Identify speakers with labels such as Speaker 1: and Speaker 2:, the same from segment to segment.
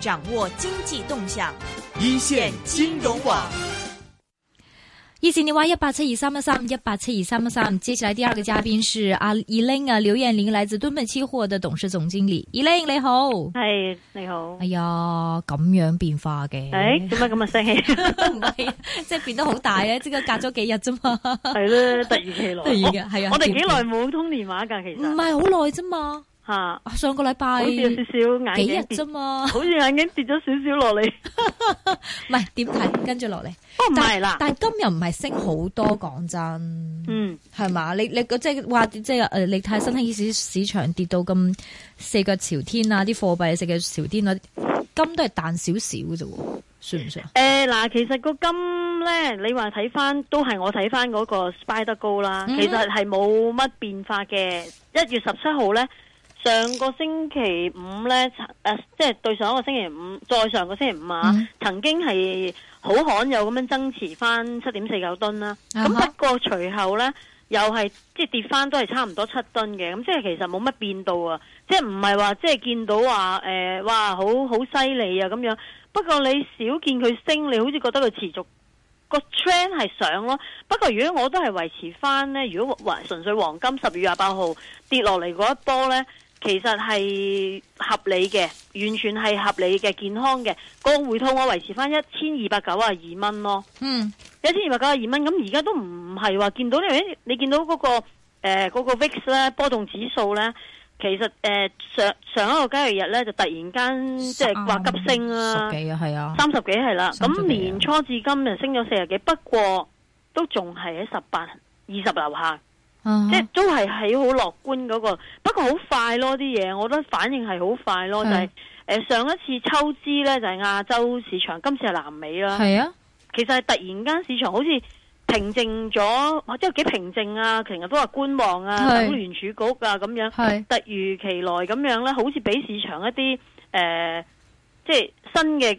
Speaker 1: 掌握经济动向，
Speaker 2: 一线金融网。
Speaker 3: 一线电话一八七二三一三一八七二三一三。接下来第二个嘉宾是阿依玲啊，刘艳玲来自敦本期货的董事总经理。依玲你好，
Speaker 4: 系你好
Speaker 3: 哎。呀咁样变化嘅，
Speaker 4: 诶，做乜咁嘅聲氣？
Speaker 3: 唔係 即係變得好大啊！即係隔咗幾日啫 嘛，
Speaker 4: 係咧，突如其來。
Speaker 3: 突然嘅係啊
Speaker 4: 哦我我哋幾耐冇通電話㗎，其
Speaker 3: 唔
Speaker 4: 實
Speaker 3: 係好耐啫嘛，啊
Speaker 4: 吓，
Speaker 3: 上個禮
Speaker 4: 好
Speaker 3: 拜
Speaker 4: 似有少
Speaker 3: 幾
Speaker 4: 少
Speaker 3: 日
Speaker 4: 眼鏡
Speaker 3: 啫
Speaker 4: 跌，
Speaker 3: 嘛，
Speaker 4: 好似眼鏡跌咗少少落嚟。
Speaker 3: 唔係點睇？跟住落嚟，
Speaker 4: 哦，唔
Speaker 3: 但
Speaker 4: 係啦，
Speaker 3: 但係今日唔係升好多，講真。
Speaker 4: 嗯，
Speaker 3: 係嘛？你你即係話即係誒，你睇新興市市場跌到咁四腳朝天啊！啲貨幣四腳朝天啊，金都係彈少少嘅啫喎，算唔算啊？
Speaker 4: 誒嗱，其實個金咧，你話睇翻都係我睇翻嗰個 Spider 高啦，
Speaker 3: 嗯
Speaker 4: 其實係冇乜變化嘅。一月十七號咧，上個星期五咧，誒即係對上一個星期五，再上個星期五啊，
Speaker 3: 嗯
Speaker 4: 曾經係好罕有咁樣增持翻七點四九噸啦。咁
Speaker 3: 啊哈
Speaker 4: 不過隨後呢，又係即係跌翻都係差唔多七噸嘅，咁即係其實冇乜變到啊，即係唔係話即係見到話誒、呃哇好好犀利啊咁樣。不過你少見佢升，你好似覺得佢持續個 trend 係上咯。不過如果我都係維持翻呢，如果話純粹黃金十月廿八號跌落嚟嗰一波呢。其實係合理嘅，完全係合理嘅、健康嘅。個回吐我維持翻一千二百九啊二蚊咯。
Speaker 3: 嗯
Speaker 4: 一千二百九十二蚊，咁而家都唔係話見到呢樣嘢，你見到嗰、個誒嗰、個 VIX 咧波動指數咧，其實誒、呃上上一個交易日咧就突然間即係話急升啦、
Speaker 3: 啊十幾啊，係啊，
Speaker 4: 三十幾係啦，
Speaker 3: 三十幾啊
Speaker 4: 咁年初至今就升咗四十幾，不過都仲係喺十八、二十樓下，
Speaker 3: 啊
Speaker 4: 即係都係喺好樂觀嗰、個，不過好快咯啲嘢，我覺得反應係好快咯，
Speaker 3: 係
Speaker 4: 就係、呃上一次抽資咧就係、亞洲市場，今次係南美啦。
Speaker 3: 係啊，
Speaker 4: 其實係突然間市場好似平靜咗，即係幾平靜啊！成日都話觀望啊，
Speaker 3: 係
Speaker 4: 等聯儲局啊咁樣，
Speaker 3: 係
Speaker 4: 突如其來咁樣咧，好似俾市場一啲誒、呃即係新嘅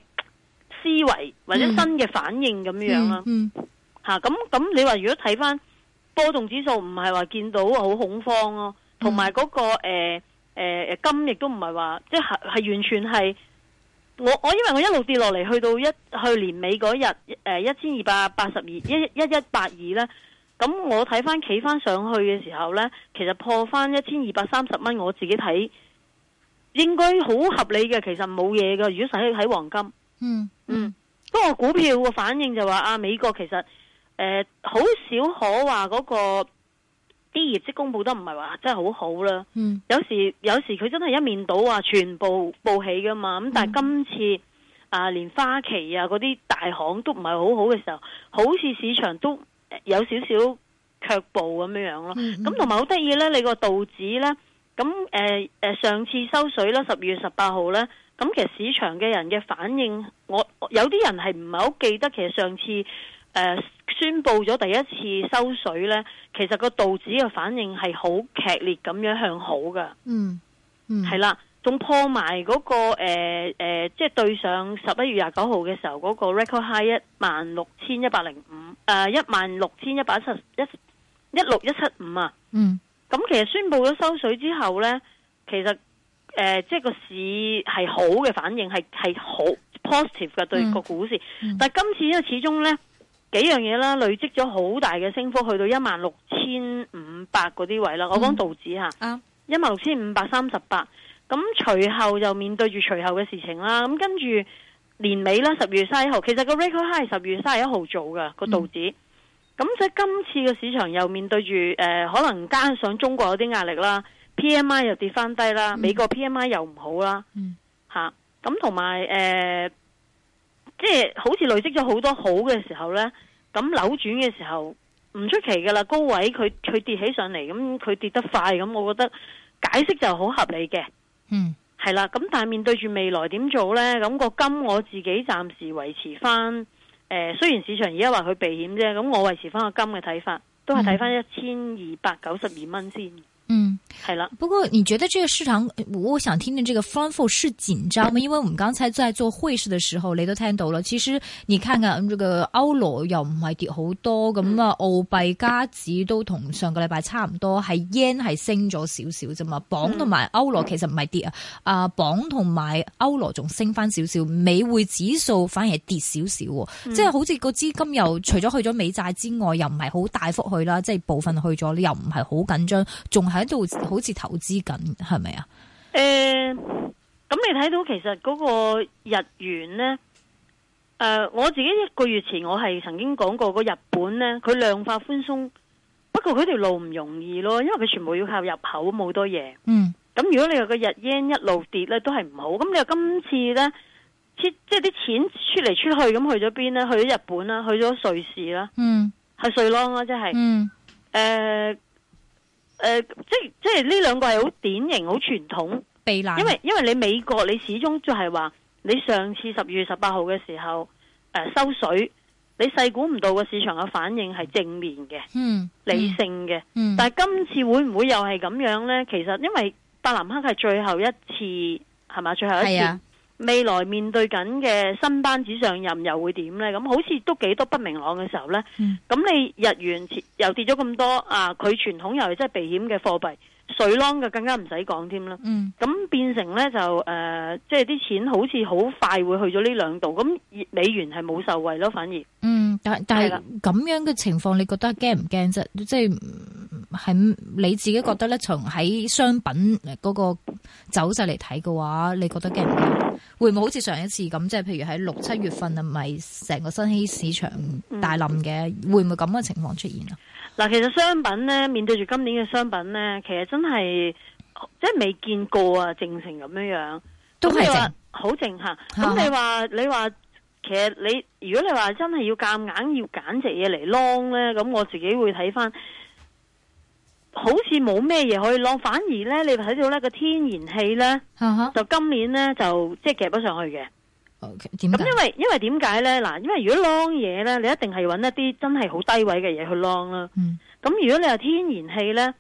Speaker 4: 思維或者
Speaker 3: 嗯
Speaker 4: 新嘅反應咁樣啊啦
Speaker 3: 嗯
Speaker 4: 嚇。咁咁、你話如果睇翻波動指數，唔係話見到好恐慌咯、同埋嗰個誒誒誒金亦都唔係話，即係係完全係我我因為我一路跌落嚟，去到一去年尾嗰日誒一千二百八十二一一一八二咧，咁我睇翻企翻上去嘅時候咧，其實破翻一千二百三十蚊，我自己睇應該好合理嘅，其實冇嘢嘅。如果使睇黃金，
Speaker 3: 嗯嗯
Speaker 4: 不過股票嘅反應就話啊，美國其實誒好、少可話嗰、個啲業績公佈得唔係話真係好好啦。
Speaker 3: 嗯
Speaker 4: 有時有時佢真係一面倒啊，全部報起噶嘛。咁但係今次啊，連花旗啊嗰啲大行都唔係好好嘅時候，好似市場都呃有少少卻步咁樣樣咯。
Speaker 3: 嗯，
Speaker 4: 咁同埋好得意呢，你個道指呢，咁誒誒上次收水啦，十月十八號呢，咁其實市場嘅人嘅反應，我我有啲人係唔係好記得，其實上次誒、呃宣布咗第一次收水呢，其實個道指嘅反應係好劇烈咁樣向好㗎，
Speaker 3: 嗯嗯
Speaker 4: 係啦、仲破埋嗰、個誒、呃呃即係對上十一月廿九號嘅時候嗰個 record high 一萬六千一百零五，誒一萬六千一百一十一一六一七五啊！
Speaker 3: 嗯
Speaker 4: 咁其實宣布咗收水之後呢，其實誒、呃即係個市係好嘅反應係係好 positive 嘅對
Speaker 3: 嗯
Speaker 4: 個股市。
Speaker 3: 嗯
Speaker 4: 但係今次因為始終呢幾樣嘢啦，累積咗好大嘅升幅，去到一萬六千五百嗰啲位啦。我講
Speaker 3: 嗯
Speaker 4: 道指嚇，
Speaker 3: 啱
Speaker 4: 一萬六千五百三十八。咁隨後就面對住隨後嘅事情啦。咁跟住年尾啦，十月三十一號，其實個 record high 係十月三十一號做嘅個道指。咁所以今次嘅市場又面對住誒、呃可能加上中國有啲壓力啦，PMI 又跌翻低啦，
Speaker 3: 嗯
Speaker 4: 美國 PMI 又唔好啦，
Speaker 3: 嗯
Speaker 4: 嚇咁同埋誒，即係好似累積咗好多好嘅時候呢，咁扭轉嘅時候唔出奇噶啦，高位佢佢跌起上嚟，咁佢跌得快，咁我覺得解釋就好合理嘅。
Speaker 3: 嗯
Speaker 4: 係啦，咁但係面對住未來點做呢？咁、個金我自己暫時維持翻，誒、呃、雖然市場而家話佢避險啫，咁我維持翻個金嘅睇法，都係睇翻一千二百九十二蚊先。
Speaker 3: 嗯，
Speaker 4: 係啦。
Speaker 3: 不过你觉得这个市场，呃我想听听这个 front foot 是紧张吗？因为我们刚才在做汇市嘅时候，你都聽到啦。其實你看看嗯呢個歐羅又唔係跌好多，咁啊澳幣加指都同上個禮拜差唔多，係 yen 係升咗少少啫嘛。磅同埋歐羅其實唔係跌啊，啊磅同埋歐羅仲升翻少少，美匯指數反而係跌少少喎，即係好似個資金又除咗去咗美債之外，又唔係好大幅去啦，即係部分去咗，又唔係好緊張，仲喺度好似投資緊，係咪啊？
Speaker 4: 诶、咁你睇到其實嗰個日元呢，诶、我自己一個月前我係曾經講過，個日本呢，佢量化寬鬆，不過佢條路唔容易咯，因為佢全部要靠入口冇多嘢。
Speaker 3: 嗯
Speaker 4: 咁如果你話個日 yen 一路跌咧，都係唔好。咁你話今次咧，切即係啲錢出嚟出去咁去咗邊咧？去咗日本啦，去咗瑞士啦，
Speaker 3: 嗯
Speaker 4: 係瑞郎啦，即係。
Speaker 3: 嗯
Speaker 4: 誒誒，即即係呢兩個係好典型、好傳統，
Speaker 3: 避難，
Speaker 4: 因為因為你美國你始終就係話，你上次十二月十八號嘅時候誒、呃收水，你細估唔到個市場嘅反應係正面嘅、
Speaker 3: 嗯
Speaker 4: 理性嘅，
Speaker 3: 嗯
Speaker 4: 但係今次會唔會又係咁樣呢？其實因為伯南克係最後一次係嘛，最後一
Speaker 3: 係
Speaker 4: 次。
Speaker 3: 啊，
Speaker 4: 未來面對緊嘅新班子上任又會點呢？咁好似都幾多不明朗嘅時候呢。
Speaker 3: 嗯
Speaker 4: 咁、你日元又跌咗咁多啊，佢傳統又係真係避險嘅貨幣，水浪嘅更加唔使講添啦。
Speaker 3: 嗯
Speaker 4: 咁變成呢，就誒、呃即係啲錢好似好快會去咗呢兩度，咁美元係冇受惠咯，反而。
Speaker 3: 嗯，但但
Speaker 4: 係啦
Speaker 3: 係咁樣嘅情況，你覺得驚唔驚啫？即係嗯喺你自己覺得咧，從喺商品嗰個走勢嚟睇嘅話，你覺得驚唔驚？會唔會好似上一次咁，即係譬如喺六七月份啊，咪成個新興市
Speaker 4: 嗯
Speaker 3: 場大冧嘅，會唔會咁嘅情況出現啊？
Speaker 4: 嗱，其實商品呢，面對住今年嘅商品呢，其實真係即係未見過啊，靜成咁樣樣。
Speaker 3: 都係
Speaker 4: 咁你話
Speaker 3: 正，
Speaker 4: 好靜下。
Speaker 3: 啊
Speaker 4: 咁你話你話，其實你如果你話真係要夾硬要揀隻嘢嚟啷咧，咁我自己會睇翻，好似冇咩嘢可以啷，反而咧你睇到咧個天然氣咧，
Speaker 3: 哈哈，
Speaker 4: 就今年咧就即係夾咗上去嘅。
Speaker 3: OK，點
Speaker 4: 咁
Speaker 3: 解？
Speaker 4: 因為因為點解咧？嗱，因為如果啷嘢咧，你一定係揾一啲真係好低位嘅嘢去啷啦。
Speaker 3: 嗯，
Speaker 4: 咁如果你話天然氣咧，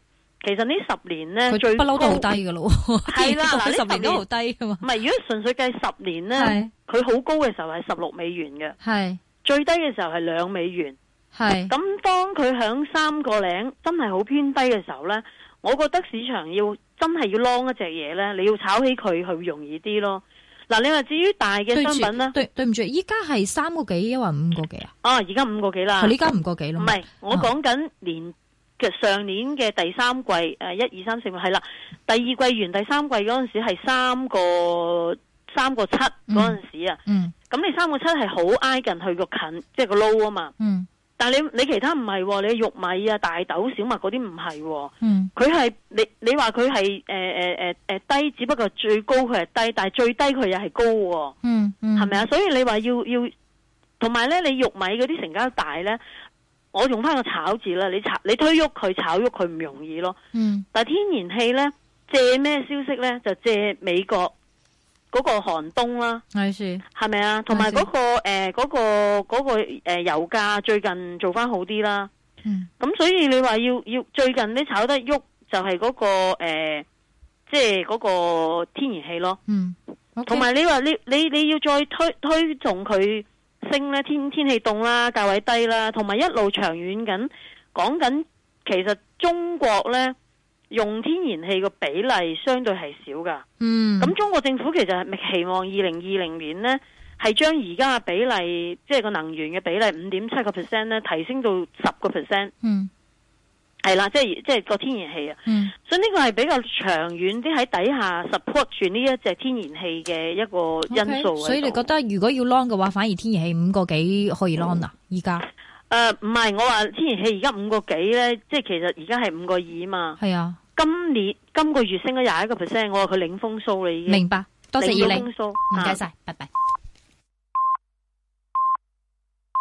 Speaker 4: 其實呢十年咧
Speaker 3: 佢
Speaker 4: 最
Speaker 3: 不嬲都好
Speaker 4: 高
Speaker 3: 低噶咯喎，
Speaker 4: 係啦嗱呢
Speaker 3: 十年都
Speaker 4: 十年嗯
Speaker 3: 好低噶嘛，
Speaker 4: 唔係，如果純粹計十年咧，
Speaker 3: 係
Speaker 4: 佢好高嘅時候係十六美元嘅，
Speaker 3: 係
Speaker 4: 最低嘅時候係兩美元。
Speaker 3: 係，
Speaker 4: 咁當佢響三個零真係好偏低嘅時候呢，我覺得市場要真係要 long 一隻嘢呢，你要炒起佢，佢會容易啲咯。嗱，你話至於大嘅
Speaker 3: 對
Speaker 4: 商品
Speaker 3: 住
Speaker 4: 呢，
Speaker 3: 對對唔住，依家係三個幾，抑或五個幾啊？
Speaker 4: 啊，而家五個幾啦
Speaker 3: 佢，呢家五個幾咯啊
Speaker 4: 唔
Speaker 3: 嘛，
Speaker 4: 係，我講緊年嘅上年嘅第三季，誒一二三四五係啦，第二季完第三季嗰陣時係三個三個七嗰陣時啊。
Speaker 3: 嗯
Speaker 4: 咁你三個七係好挨近去個近，即係個 low 啊嘛。
Speaker 3: 嗯
Speaker 4: 但係你你其他唔係喎，你玉米啊、大豆、小麥嗰啲唔係喎，
Speaker 3: 嗯
Speaker 4: 佢係你你話佢係誒誒誒誒低，只不過最高佢係低，但係最低佢又係高喎，
Speaker 3: 嗯嗯，
Speaker 4: 係咪啊？所以你話要要，同埋咧你玉米嗰啲成交大咧，我用翻個炒字啦，你炒你推喐佢炒喐佢唔容易咯。
Speaker 3: 嗯
Speaker 4: 但係天然氣咧借咩消息咧？就借美國嗰個寒冬啦。
Speaker 3: 係是
Speaker 4: 系咪啊？同埋嗰個诶嗰、個嗰、個呃油價最近做翻好啲啦。
Speaker 3: 嗯
Speaker 4: 咁所以你話要要最近啲炒得喐就係嗰、個呃即係嗰個天然氣咯。
Speaker 3: 嗯，
Speaker 4: 同埋你話你你你要再推推動佢升咧，天天氣凍啦，價位低啦，同埋一路長遠緊講緊，其實中國呢，用天然氣個比例相對係少㗎。
Speaker 3: 嗯
Speaker 4: 咁中國政府其實係期望二零二零年呢，係將而家嘅比例，即係個能源嘅比例五點七個 percent 咧，提升到十個 percent，
Speaker 3: 嗯
Speaker 4: 係啦，即係即係個天然氣啊。
Speaker 3: 嗯
Speaker 4: 所以呢個係比較長遠啲喺底下 support 住呢一隻天然氣嘅一個因素
Speaker 3: OK，所以你覺
Speaker 4: 得？
Speaker 3: 得如果要 long 嘅話，反而天然氣五個幾可以 long 啊？依家
Speaker 4: 誒呃唔係，我話天然氣而家五個幾呢，即係其實而家係五個二嘛。
Speaker 3: 係啊，
Speaker 4: 今年今個月升咗廿一個 percent，我話佢領風騷啦已經。
Speaker 3: 明白，多謝
Speaker 4: 領咗
Speaker 3: 二零，
Speaker 4: 風騷
Speaker 3: 唔該
Speaker 4: 啊
Speaker 3: 晒，拜拜。